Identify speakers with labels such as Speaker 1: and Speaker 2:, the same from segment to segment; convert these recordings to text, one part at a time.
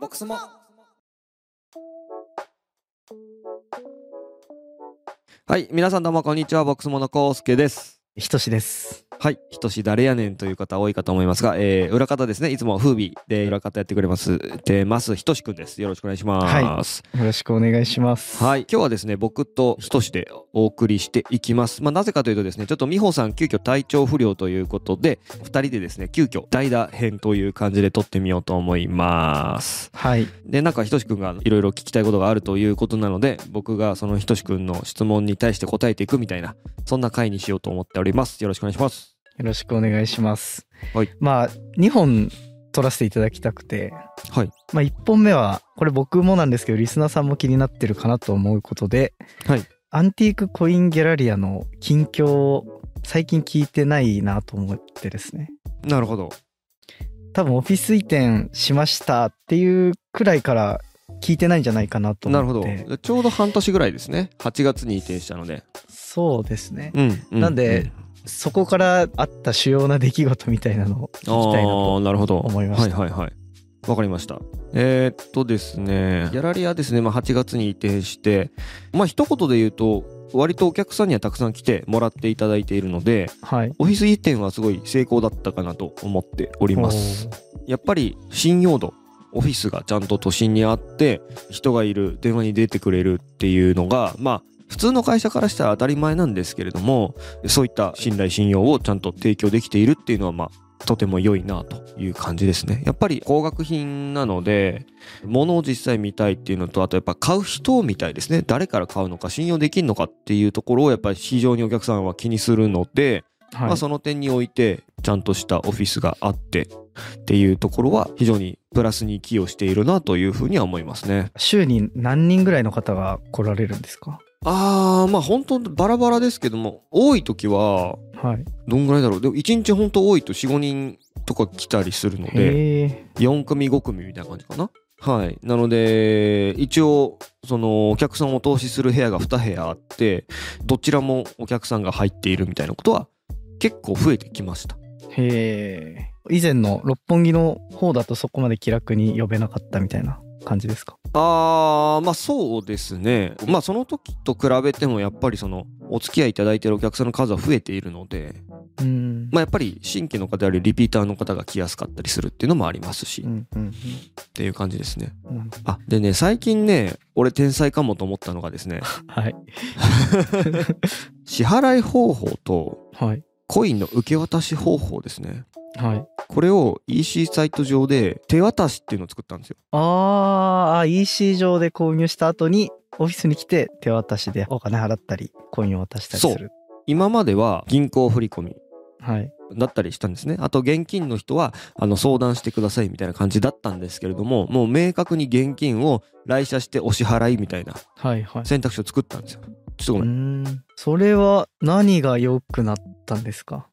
Speaker 1: ボックスも。はい、皆さんどうもこんにちは、ボックスモのコウスケです。
Speaker 2: ひとしです。
Speaker 1: はい、ひとし誰やねんという方多いかと思いますが、えー、裏方ですね、いつも風美で裏方やってくれます、でます、ひとしくんです。よろしくお願いします。
Speaker 2: よろしくお願いします。
Speaker 1: はい、今日はですね、僕とひとしでお送りしていきます。まあ、なぜかというとですね、ちょっと美穂さん急遽体調不良ということで、二人でですね、急遽代打編という感じで撮ってみようと思います。
Speaker 2: はい。
Speaker 1: でなんかひとしくんがいろいろ聞きたいことがあるということなので僕がそのひとしくんの質問に対して答えていくみたいなそんな回にしようと思っておりますよろしくお願いします
Speaker 2: よろしくお願いします。
Speaker 1: はい
Speaker 2: まあ、2本撮らせていただきたくて、
Speaker 1: はい
Speaker 2: まあ、1本目は、これ僕もなんですけど、リスナーさんも気になってるかなと思うことで、
Speaker 1: はい
Speaker 2: アンティークコインギャラリアの近況を最近聞いてないなと思ってですね。
Speaker 1: なるほど
Speaker 2: 多分オフィス移転しましたっていうくらいから聞いてないんじゃないかなと思
Speaker 1: なる
Speaker 2: っ
Speaker 1: ほ
Speaker 2: て。
Speaker 1: どちょうど半年ぐらいですね8月に移転したので
Speaker 2: そうですね。
Speaker 1: うん、う
Speaker 2: なんでそこからあった主要な出来事みたいなのを聞き
Speaker 1: うん
Speaker 2: たいな
Speaker 1: あ
Speaker 2: と
Speaker 1: あなるほど
Speaker 2: 思いました
Speaker 1: はいはいはいわかりましたえー、っとですねギャラリアですね、まあ、8月に移転してまあ一言で言うと割とお客さんにはたくさん来てもらっていただいているので
Speaker 2: はい。
Speaker 1: オフィス移転はすごい成功だったかなと思っております
Speaker 2: おー。
Speaker 1: やっぱり信用度オフィスがちゃんと都心にあって人がいる電話に出てくれるっていうのがまあ普通の会社からしたら当たり前なんですけれどもそういった信頼信用をちゃんと提供できているっていうのはまあとても良いなという感じですねやっぱり高額品なので物を実際見たいっていうのとあとやっぱ買う人を見たいですね誰から買うのか信用できるのかっていうところをやっぱり非常にお客さんは気にするので
Speaker 2: はい
Speaker 1: まあ、その点においてちゃんとしたオフィスがあってっていうところは非常にプラスに寄与しているなというふうには思いますね。
Speaker 2: 週に何人ぐらいの方が来られるんですか
Speaker 1: あーまあ本当バラバラですけども多い時は
Speaker 2: はい。
Speaker 1: どんぐらいだろうでも1日本当多いと45人とか来たりするので
Speaker 2: へえ。
Speaker 1: 4組5組みたいな感じかな。はい、なので一応そのお客さんを投資する部屋が2部屋あってどちらもお客さんが入っているみたいなことは結構増えてきました。
Speaker 2: へえ。以前の六本木の方だとそこまで気楽に呼べなかったみたいな感じですか
Speaker 1: あーまあそうですねまあその時と比べてもやっぱりそのお付き合いいただいてるお客さんの数は増えているので
Speaker 2: うん。
Speaker 1: まあやっぱり新規の方よりリピーターの方が来やすかったりするっていうのもありますし、
Speaker 2: う
Speaker 1: っ
Speaker 2: んうん
Speaker 1: ていう感じですね
Speaker 2: うん。なるほ
Speaker 1: あでね最近ね俺天才かもと思ったのがですね
Speaker 2: どはい。
Speaker 1: 支払い方法と
Speaker 2: はい。
Speaker 1: コインの受け渡し方法ですね
Speaker 2: はい。
Speaker 1: これを EC サイト上で手渡しっていうのを作ったんですよ
Speaker 2: あーあ、EC 上で購入した後に、オフィスに来て手渡しでお金払ったり、コインを渡したりする。
Speaker 1: 今までは銀行振込
Speaker 2: はい。
Speaker 1: だったりしたんですね。あと現金の人はあの相談してくださいみたいな感じだったんですけれども、もう明確に現金を来社してお支払いみたいな
Speaker 2: はいはい。
Speaker 1: 選択肢を作ったんですよ。ちょっとご
Speaker 2: う
Speaker 1: めん。
Speaker 2: ーんそれは何が良くなったんですか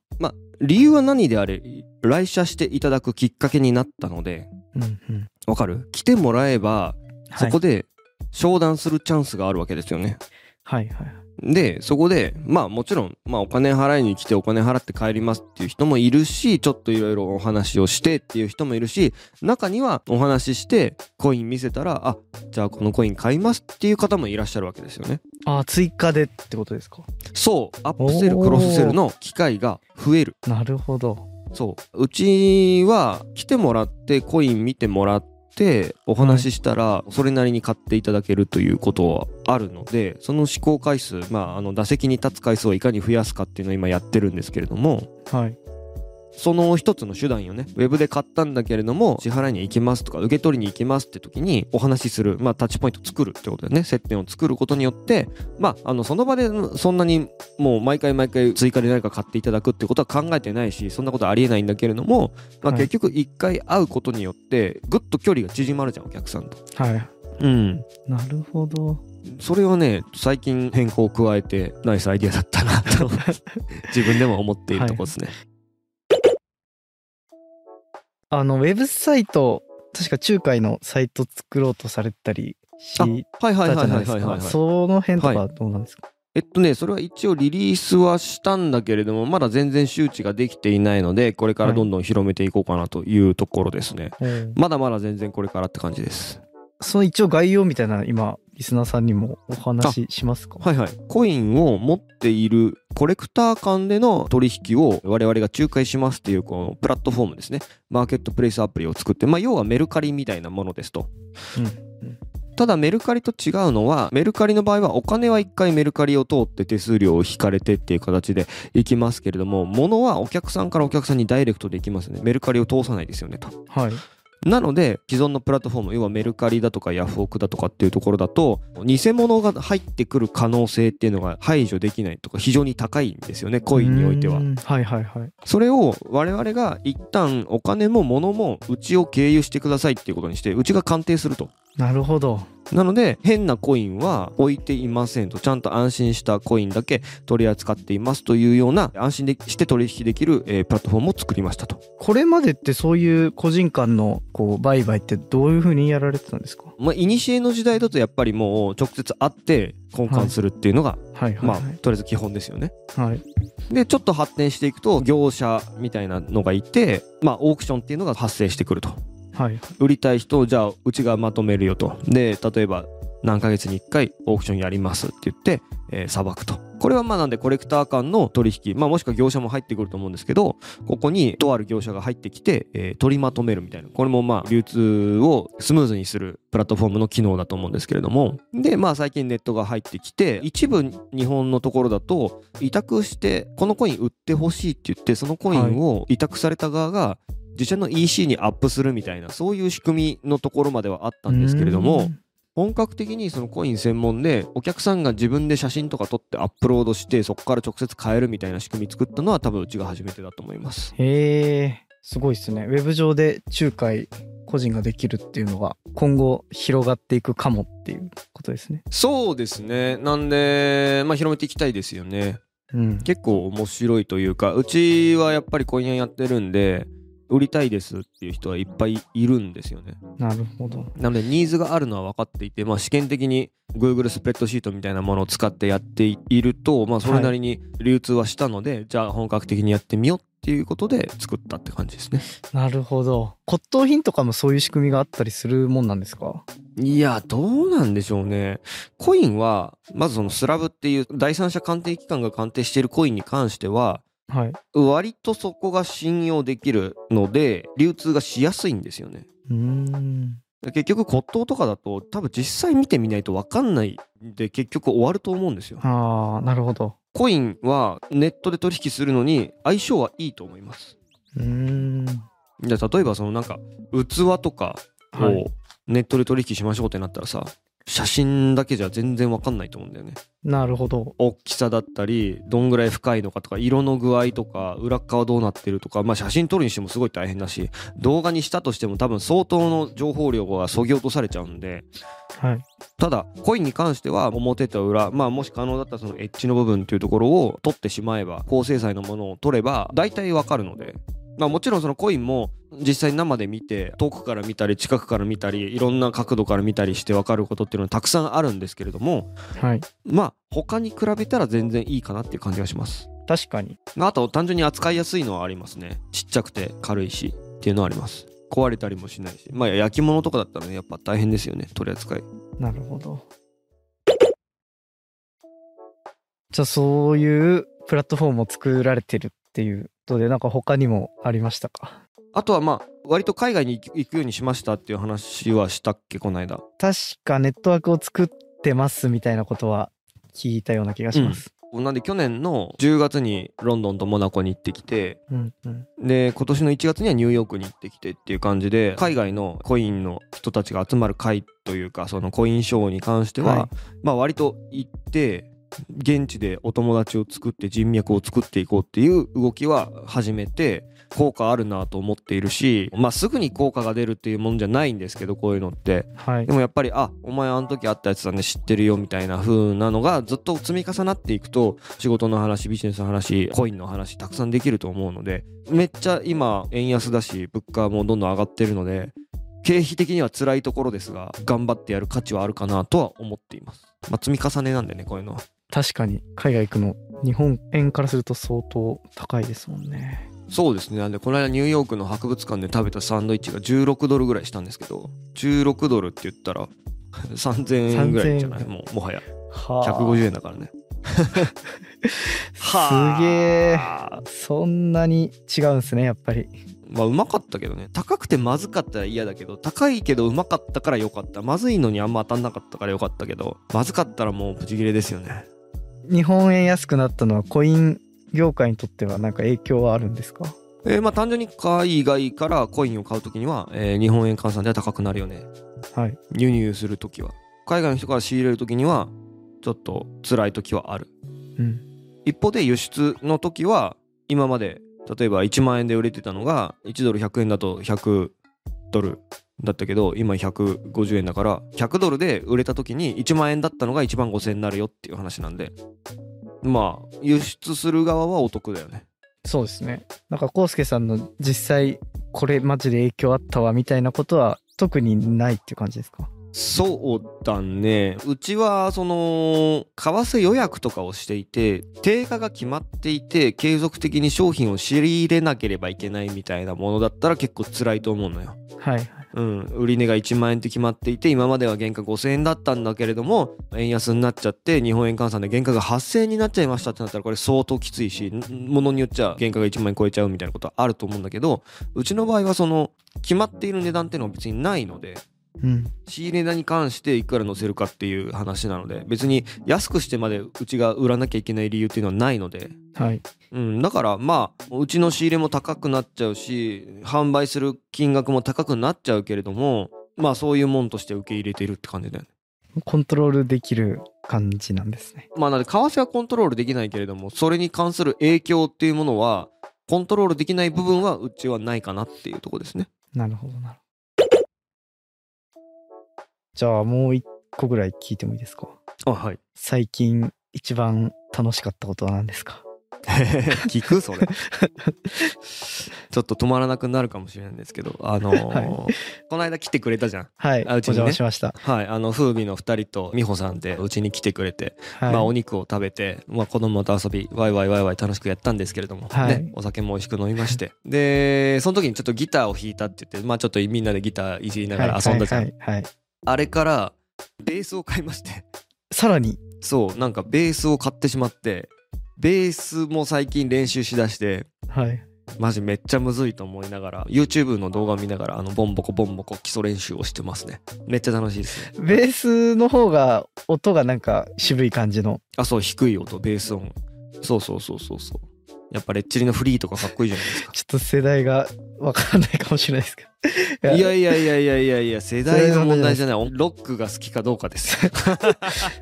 Speaker 1: 理由は何であれ、来社していただくきっかけになったので、
Speaker 2: うんうん。
Speaker 1: わかる来てもらえば、そこ
Speaker 2: で。
Speaker 1: で商談するチャンスがあるわけですよね。
Speaker 2: はいはい。
Speaker 1: で、そこで、まあもちろん、まあお金払いに来てお金払って帰りますっていう人もいるし、ちょっといろいろお話をしてっていう人もいるし、中にはお話ししてコイン見せたら、あ、じゃあこのコイン買いますっていう方もいらっしゃるわけですよね。
Speaker 2: ああ、追加でってことですか。
Speaker 1: そう、アップセル、クロスセルの機会が増える。
Speaker 2: なるほど。
Speaker 1: そう。うちは来てもらってコイン見てもらって、お話ししたらそれなりに買っていただけるということはあるのでその試行回数まああの打席に立つ回数をいかに増やすかっていうのを今やってるんですけれども
Speaker 2: はい。
Speaker 1: その一つの手段よねウェブで買ったんだけれども支払いに行きますとか受け取りに行きますって時にお話しするまあタッチポイント作るってことだよね接点を作ることによってまああのその場でそんなにもう毎回毎回追加で何か買っていただくってことは考えてないしそんなことありえないんだけれども、まあ、
Speaker 2: はい
Speaker 1: 結局一回会うことによってぐっと距離が縮まるじゃんお客さんと。
Speaker 2: はい。
Speaker 1: うん、
Speaker 2: なるほど。
Speaker 1: それはね最近変更を加えてナイスアイディアだったな と自分でも思っているとこですね。
Speaker 2: あの、ウェブサイト、確か仲介のサイト作ろうとされたりし
Speaker 1: あはいはい
Speaker 2: た
Speaker 1: は
Speaker 2: じゃ
Speaker 1: い
Speaker 2: な
Speaker 1: は
Speaker 2: い
Speaker 1: い
Speaker 2: です
Speaker 1: はいはい
Speaker 2: か。
Speaker 1: はい。
Speaker 2: その辺と
Speaker 1: は
Speaker 2: かどうなんですか、
Speaker 1: えっとね、それは一応リリースはしたんだけれども、まだ全然周知ができていないので、これからどんどん広めていこうかなというところですね。まだまだ全然これからって感じです。
Speaker 2: その一応概要みたいなの今リスナーさんにもお話ししますか
Speaker 1: はいはい。コインを持っているコレクター間での取引を我々が仲介しますっていうこのプラットフォームですね。マーケットプレイスアプリを作って、まあ要はメルカリみたいなものですと。ただメルカリと違うのはメルカリの場合はお金は一回メルカリを通って手数料を引かれてっていう形でいきますけれども物はお客さんからお客さんにダイレクトでいきますねメルカリを通さないですよねと
Speaker 2: はい
Speaker 1: なので既存のプラットフォーム要はメルカリだとかヤフオクだとかっていうところだと偽物が入ってくる可能性っていうのが排除できないとか非常に高いんですよねコインにおいては
Speaker 2: うんはいはいはい
Speaker 1: それを我々が一旦お金も物もうちを経由してくださいっていうことにしてうちが鑑定すると
Speaker 2: なるほど
Speaker 1: なので変なコインは置いていませんとちゃんと安心したコインだけ取り扱っていますというような安心でして取引できる、えープラットフォームを作りましたと、
Speaker 2: これまでってそういう個人間のこう売買ってどういうふうにやられてたんですか
Speaker 1: まあ、いにしえの時代だとやっぱりもう直接会って交換するっていうのが、
Speaker 2: はいはい
Speaker 1: ま
Speaker 2: は
Speaker 1: あとりあえず基本ですよね
Speaker 2: い、はい、
Speaker 1: でちょっと発展していくと業者みたいなのがいて、まあ、オークションっていうのが発生してくると
Speaker 2: はい
Speaker 1: 売りたい人をじゃあうちがまとめるよとで例えば何ヶ月に1回オークションやりますって言ってえー裁くとこれはまあなんでコレクター間の取引、まあ、もしくは業者も入ってくると思うんですけどここにとある業者が入ってきて、えー取りまとめるみたいなこれもまあ流通をスムーズにするプラットフォームの機能だと思うんですけれどもでまあ最近ネットが入ってきて一部日本のところだと委託してこのコイン売ってほしいって言ってそのコインを委託された側が自社の EC にアップするみたいなそういう仕組みのところまではあったんですけれども、本格的にそのコイン専門でお客さんが自分で写真とか撮ってアップロードしてそこから直接買えるみたいな仕組み作ったのは多分うちが初めてだと思います
Speaker 2: へえすごいですねウェブ上で仲介個人ができるっていうのが今後広がっていくかもっていうことですね。
Speaker 1: そうですねなんでまあ広めていきたいですよね
Speaker 2: うん、
Speaker 1: 結構面白いというかうちはやっぱりコイン屋やってるんで売りたいですっていう人はいっぱいいるんですよね
Speaker 2: なるほど。
Speaker 1: なのでニーズがあるのは分かっていて、まあ、試験的に Google スプレッドシートみたいなものを使ってやっていると、まあ、それなりに流通はしたので、じゃあ本格的にやってみようっていうことで作ったって感じですね。
Speaker 2: なるほど。骨董品とかもそういう仕組みがあったりするもんなんですか
Speaker 1: いやどうなんでしょうね。コインはまずそのスラブっていう第三者鑑定機関が鑑定しているコインに関しては
Speaker 2: はい。
Speaker 1: 割とそこが信用できるので流通がしやすいんですよね。
Speaker 2: うーん。
Speaker 1: 結局骨董とかだと多分実際見てみないと分かんないんで結局終わると思うんですよ。
Speaker 2: ああ、なるほど。
Speaker 1: コインはネットで取引するのに相性はいいと思います。
Speaker 2: うーん。
Speaker 1: じゃあ例えばそのなんか器とか
Speaker 2: は
Speaker 1: を
Speaker 2: い。
Speaker 1: ネットで取引しましょうってなったらさ写真だけじゃ全然わかんないと思うんだよね。
Speaker 2: なるほど。
Speaker 1: 大きさだったりどんぐらい深いのかとか色の具合とか裏っ側どうなってるとか、まあ、写真撮るにしてもすごい大変だし動画にしたとしても多分相当の情報量がそぎ落とされちゃうんで
Speaker 2: はい。
Speaker 1: ただコインに関しては表と裏、まあ、もし可能だったらそのエッジの部分というところを取ってしまえば高精細のものを取れば大体わかるので、まあ、もちろんそのコインも実際に生で見て遠くから見たり近くから見たりいろんな角度から見たりしてわかることっていうのはたくさんあるんですけれども
Speaker 2: はい。
Speaker 1: まあ他に比べたら全然いいかなっていう感じがします
Speaker 2: 確かに。
Speaker 1: あと単純に扱いやすいのはありますねちっちゃくて軽いしっていうのはあります壊れたりもしないしまあ焼き物とかだったらねやっぱ大変ですよね取り扱い
Speaker 2: なるほど。じゃあそういうプラットフォームを作られてるっていうことでなんか他にもありましたか
Speaker 1: あとはまあ割と海外に行く行くようにしましたっていう話はしたっけこの間
Speaker 2: 確かネットワークを作ってますみたいなことは聞いたような気がします。
Speaker 1: なんで去年の10月にロンドンとモナコに行ってきて
Speaker 2: うんうん、
Speaker 1: で今年の1月にはニューヨークに行ってきてっていう感じで海外のコインの人たちが集まる会というかそのコインショーに関しては、
Speaker 2: はい
Speaker 1: まあ割と行って現地でお友達を作って人脈を作っていこうっていう動きは始めて効果あるなと思っているしまあすぐに効果が出るっていうもんじゃないんですけどこういうのって
Speaker 2: はい
Speaker 1: で。もやっぱりあお前あの時あったやつだね知ってるよみたいな風なのがずっと積み重なっていくと仕事の話ビジネスの話コインの話たくさんできると思うのでめっちゃ今円安だし物価もどんどん上がってるので経費的には辛いところですが頑張ってやる価値はあるかなとは思っています。まあ、積み重ねなんでねこういうのは。
Speaker 2: 確かに海外行くの日本円からすると相当高いですもんね
Speaker 1: そうですねなんでこの間ニューヨークの博物館で食べたサンドイッチが16ドルぐらいしたんですけど16ドルって言ったら3000円ぐらいじゃな
Speaker 2: 3000
Speaker 1: い
Speaker 2: 円
Speaker 1: もうもはや
Speaker 2: は
Speaker 1: 150円だからね
Speaker 2: すげえ
Speaker 1: はあ
Speaker 2: そんなに違うんすねやっぱり
Speaker 1: まあうまかったけどね高くてまずかったら嫌だけど高いけどうまかったから良かったまずいのにあんま当たんなかったから良かったけどまずかったらもうブチギレですよね
Speaker 2: 日本円安くなったのはコイン業界にとってはなんか影響はあるんですか
Speaker 1: えーまあ単純に海外からコインを買うときには、えー日本円換算では高くなるよね
Speaker 2: はい
Speaker 1: 輸入するときは海外の人から仕入れるときにはちょっと辛いときはある
Speaker 2: うん
Speaker 1: 一方で輸出の時は今まで例えば1万円で売れてたのが1ドル100円だと100ドルだったけど今150円だから100ドルで売れた時に1万円だったのが1万5000円になるよっていう話なんでまあ輸出する側はお得だよね
Speaker 2: そうですねなんか康介さんの実際これマジで影響あったわみたいなことは特にないっていう感じですか
Speaker 1: そうだねうちはその為替予約とかをしていて定価が決まっていて継続的に商品を仕入れなければいけないみたいなものだったら結構辛いと思うのよ
Speaker 2: はいはい
Speaker 1: うん、売値が1万円って決まっていて今までは原価5,000円だったんだけれども円安になっちゃって日本円換算で原価が8,000円になっちゃいましたってなったらこれ相当きついしんものによっちゃ原価が1万円超えちゃうみたいなことはあると思うんだけどうちの場合はその決まっている値段っていうのは別にないので
Speaker 2: うん
Speaker 1: 仕入れ値に関していくら乗せるかっていう話なので別に安くしてまでうちが売らなきゃいけない理由っていうのはないので
Speaker 2: はい
Speaker 1: うん、だからまあうちの仕入れも高くなっちゃうし販売する金額も高くなっちゃうけれどもまあそういうもんとして受け入れているって感じだよね。
Speaker 2: コントロールできる感じなんですね
Speaker 1: まあなので為替はコントロールできないけれどもそれに関する影響っていうものはコントロールできない部分はうちはないかなっていうとこですね。
Speaker 2: なるほどなるほどじゃあもう一個ぐらい聞いてもいいですか
Speaker 1: あはい
Speaker 2: 最近一番楽しかったことは何ですか
Speaker 1: 聞く それちょっと止まらなくなるかもしれないんですけどあのー
Speaker 2: は
Speaker 1: この間来てくれたじゃん
Speaker 2: はい、お
Speaker 1: あうちにね
Speaker 2: 邪魔しました、
Speaker 1: はいあの風味の2人と美穂さんでうちに来てくれて
Speaker 2: はい
Speaker 1: まあ、お肉を食べて、まあ、子供と遊びワイワイワイワイ楽しくやったんですけれども、
Speaker 2: はい
Speaker 1: ね、お酒も美味しく飲みまして でその時にちょっとギターを弾いたって言って、まあ、ちょっとみんなでギターいじりながら遊んだじゃん、
Speaker 2: はいはいはいはい
Speaker 1: あれからベースを買いまして
Speaker 2: さらに
Speaker 1: そうなんかベースを買ってしまってベースも最近練習しだして
Speaker 2: はい
Speaker 1: マジめっちゃむずいと思いながら YouTube の動画を見ながらあのボンボコボンボコ基礎練習をしてますねめっちゃ楽しいですね
Speaker 2: ベースの方が音がなんか渋い感じの
Speaker 1: あそう低い音ベース音そうそうそうそうそうやっぱレッチリのフリーとかかっこいいじゃないですか
Speaker 2: ちょっと世代がわからないかもしれないですけど
Speaker 1: いやいやいやいやいやいや世代の問題じゃないロックが好きかどうかです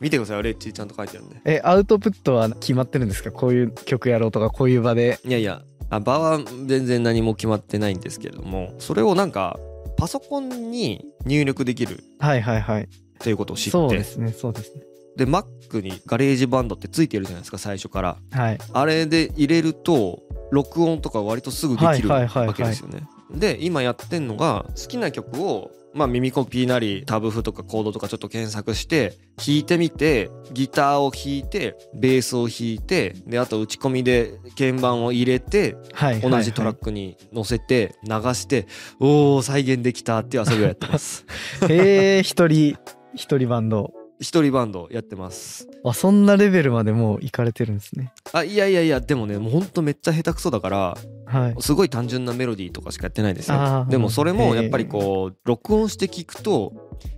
Speaker 1: 見てくださいレッチリちゃんと書いてあるんで
Speaker 2: えアウトプットは決まってるんですかこういう曲やろうとかこういう場で
Speaker 1: いやいやあ場は全然何も決まってないんですけれどもそれをなんかパソコンに入力できる
Speaker 2: はいはいはい
Speaker 1: っていうことを知
Speaker 2: そ
Speaker 1: っ
Speaker 2: うで
Speaker 1: て
Speaker 2: すねそうですね
Speaker 1: で Mac にガレージバンドってついてるじゃないですか最初から
Speaker 2: はい
Speaker 1: あれで入れると録音とか割とすぐできる
Speaker 2: はいはいはいはい
Speaker 1: わけですよね。で今やってんのが好きな曲を、まあ、耳コピーなりタブ譜とかコードとかちょっと検索して弾いてみてギターを弾いてベースを弾いてであと打ち込みで鍵盤を入れて
Speaker 2: はい
Speaker 1: 同じトラックに乗せて流しておー再現できたっていう遊びをやってます
Speaker 2: ク へえ一人一人バンド
Speaker 1: 一人バンドやってます
Speaker 2: あそんなレベルまでもう行かれてるんですね
Speaker 1: あいやいやいやでもねもうほんとめっちゃ下手くそだから
Speaker 2: はい
Speaker 1: すごい単純なメロディーとかしかやってないんですよ
Speaker 2: あー
Speaker 1: でもそれもやっぱりこう録音して聞くと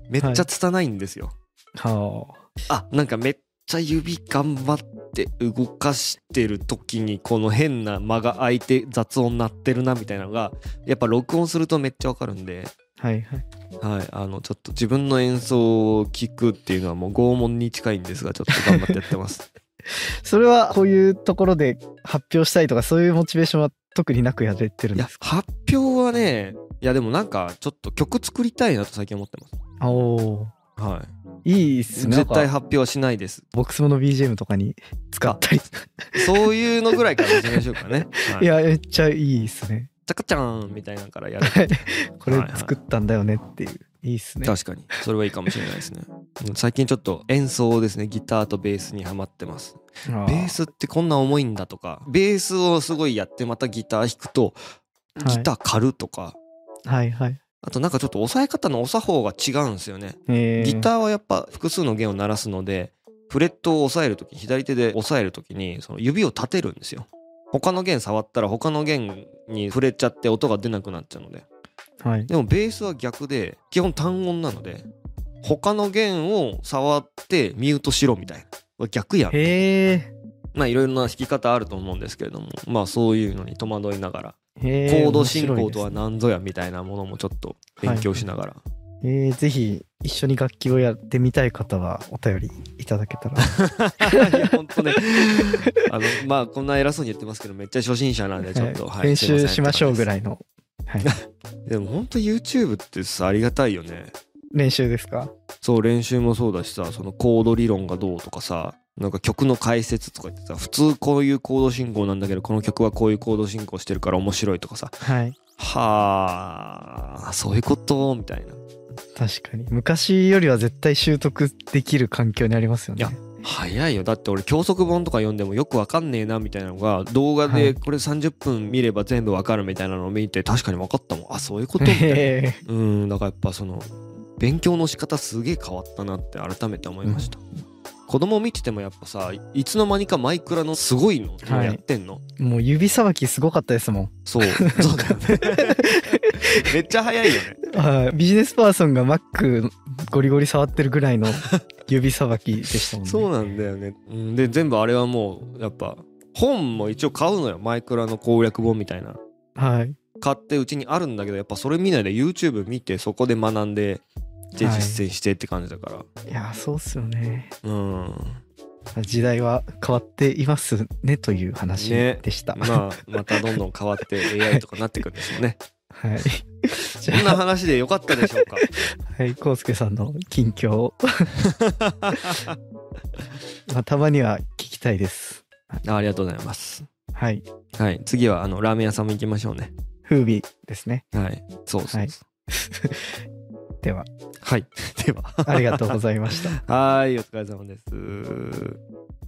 Speaker 1: めっちゃ拙いんですよ、
Speaker 2: は
Speaker 1: あなんかめっちゃ指頑張って動かしてる時にこの変な間が空いて雑音鳴ってるなみたいなのがやっぱ録音するとめっちゃわかるんで、
Speaker 2: あはいはい
Speaker 1: はい、あのちょっと自分の演奏を聞くっていうのはもう拷問に近いんですがちょっと頑張ってやってます
Speaker 2: それはこういうところで発表したいとかそういうモチベーションは特になくやれてる
Speaker 1: い
Speaker 2: んで
Speaker 1: や
Speaker 2: すか
Speaker 1: 発表はねいやでもなんかちょっと曲作りたいなと最近思ってます
Speaker 2: おー
Speaker 1: はい
Speaker 2: いいっすね
Speaker 1: 絶対
Speaker 2: なんか
Speaker 1: 発表はしないです
Speaker 2: ボックスモの BGM とかに使ったり、
Speaker 1: そういうのぐらいから始めましょうか ね。はい
Speaker 2: い、やめっちゃいいっすね
Speaker 1: チャカチャーンみたいなのからやる。
Speaker 2: これ作ったんだよねっていういいっすね
Speaker 1: 確かに。それはいいかもしれないですね。最近ちょっと演奏ですねギターとベースにはまってます
Speaker 2: ベ
Speaker 1: ベースってこんな重いんだとかベースをすごいやってまたギター弾くとギター狩るとか、
Speaker 2: はいはい。
Speaker 1: あとなんかちょっと押さえ方の押さ方が違うんですよね
Speaker 2: えー
Speaker 1: ギターはやっぱ複数の弦を鳴らすのでフレットを押さえる時左手で押さえる時にその指を立てるんですよ他の弦触ったら他の弦に触れちゃって音が出なくなっちゃうので
Speaker 2: はい。
Speaker 1: でもベースは逆で基本単音なので他の弦を触ってミュートしろみたいな逆やん
Speaker 2: へえ。
Speaker 1: まあいろいろな弾き方あると思うんですけれどもまあそういうのに戸惑いながら
Speaker 2: へー
Speaker 1: コード進行とは
Speaker 2: 面白いですね
Speaker 1: 何ぞやみたいなものもちょっと勉強しながら
Speaker 2: えーぜひ一緒に楽器をやってみたい方はお便りいただけたら
Speaker 1: いや本当ね あのまあこんな偉そうに言ってますけどめっちゃ初心者なん でちょっと、
Speaker 2: はい
Speaker 1: はい
Speaker 2: 練習しましょう
Speaker 1: い
Speaker 2: ぐらいの、はい、
Speaker 1: すいませんって感じですでも本当 YouTube ってさありがたいよね
Speaker 2: 練習ですか
Speaker 1: そう練習もそうだしさそのコード理論がどうとかさなんか曲の解説とか言ってさ普通こういうコード進行なんだけどこの曲はこういうコード進行してるから面白いとかさ
Speaker 2: はい
Speaker 1: はあそういうことみたいな
Speaker 2: 確かに昔よりは絶対習得できる環境にありますよ
Speaker 1: い
Speaker 2: ね
Speaker 1: や早いよだって俺教則本とか読んでもよくわかんねえなみたいなのが動画
Speaker 2: は
Speaker 1: で
Speaker 2: い
Speaker 1: これ30分見れば全部わかるみたいなのを見て確かにわかったもんあそういう ことみたいな
Speaker 2: え
Speaker 1: うんだからやっぱその勉強の仕方すげえ変わったなって改めて思いました、子供見ててもやっぱさいつの間にかマイクラのすごいの
Speaker 2: はい
Speaker 1: やってんの、
Speaker 2: ーもう指さばきすごかったですもん
Speaker 1: そう そうだよね めっちゃ早いよね
Speaker 2: はいビジネスパーソンが Mac ゴリゴリ触ってるぐら いの指さばきでしたもんね
Speaker 1: そうなんだよね、うん、で全部あれはもうやっぱ本も一応買うのよマイクラの攻略本みたいな
Speaker 2: はい
Speaker 1: 買ってうちにあるんだけどやっぱそれ見ないで YouTube 見てそこで学んでで
Speaker 2: はい
Speaker 1: 実践してって感じだから、
Speaker 2: いやーそうっすよね
Speaker 1: うん
Speaker 2: 時代は変わっていますねという話
Speaker 1: ね
Speaker 2: でした、
Speaker 1: まあまたどんどん変わって AI とかなってくるんでしょう ね
Speaker 2: はいじ
Speaker 1: そ
Speaker 2: ゃ
Speaker 1: んな話でよかったでしょうか
Speaker 2: あはい浩介さんの近況をまあたまには聞きたいです
Speaker 1: あありがとうございます
Speaker 2: はい
Speaker 1: はい次はあのラーメン屋さんも行きましょうね
Speaker 2: 風味ですね
Speaker 1: はいそうそうそう
Speaker 2: では
Speaker 1: はい、では
Speaker 2: ありがとうございました
Speaker 1: はいお疲れ様です